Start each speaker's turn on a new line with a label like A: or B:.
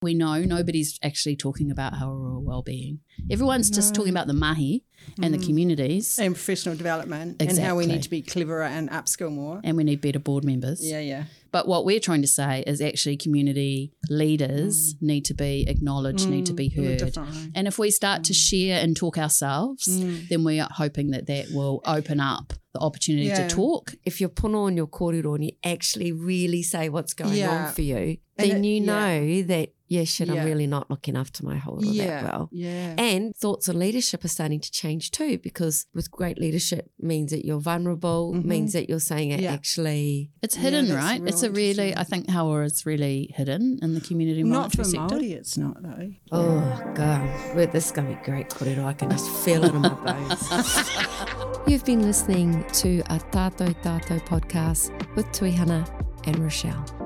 A: we know nobody's actually talking about health or well-being. Everyone's just
B: No.
A: talking about the mahi and the communities,
B: Mm. and professional development and how we
A: Exactly.
B: need to be cleverer and upskill more.
A: and we need better board members.
B: Yeah, yeah.
A: But what we're trying to say is actually community leaders need to be acknowledged, need to be
B: Mm, in a
A: heard.
B: different way.
A: And if we start to share and talk ourselves,
B: Mm.
A: then we are hoping that that will open up the opportunity
B: Yeah.
A: to talk.
C: If you're puno on your kōrero and you actually really say what's going
B: Yeah.
C: on for you,
B: And
C: then
B: it-
C: you
B: yeah.
C: know that, yeah, shit,
B: Yeah.
C: I'm really not looking after my hōrero
B: Yeah,
C: that well.
B: yeah.
C: And thoughts on leadership are starting to change too, because with great leadership means that you're vulnerable,
B: Mhm.
C: means that you're saying it
B: Yeah.
C: actually.
A: It's
B: Yeah,
A: hidden,
B: that's
A: right? It's
B: real
A: a really,
B: interesting.
A: I think Howrah is really hidden in the community
B: not for
A: monetary sector.
B: Maori, it's not though.
C: Oh god, well, this is gonna be great kōrero. I can just feel it in my bones. You've been listening to a Tato Tato podcast with Tuihana and Rochelle.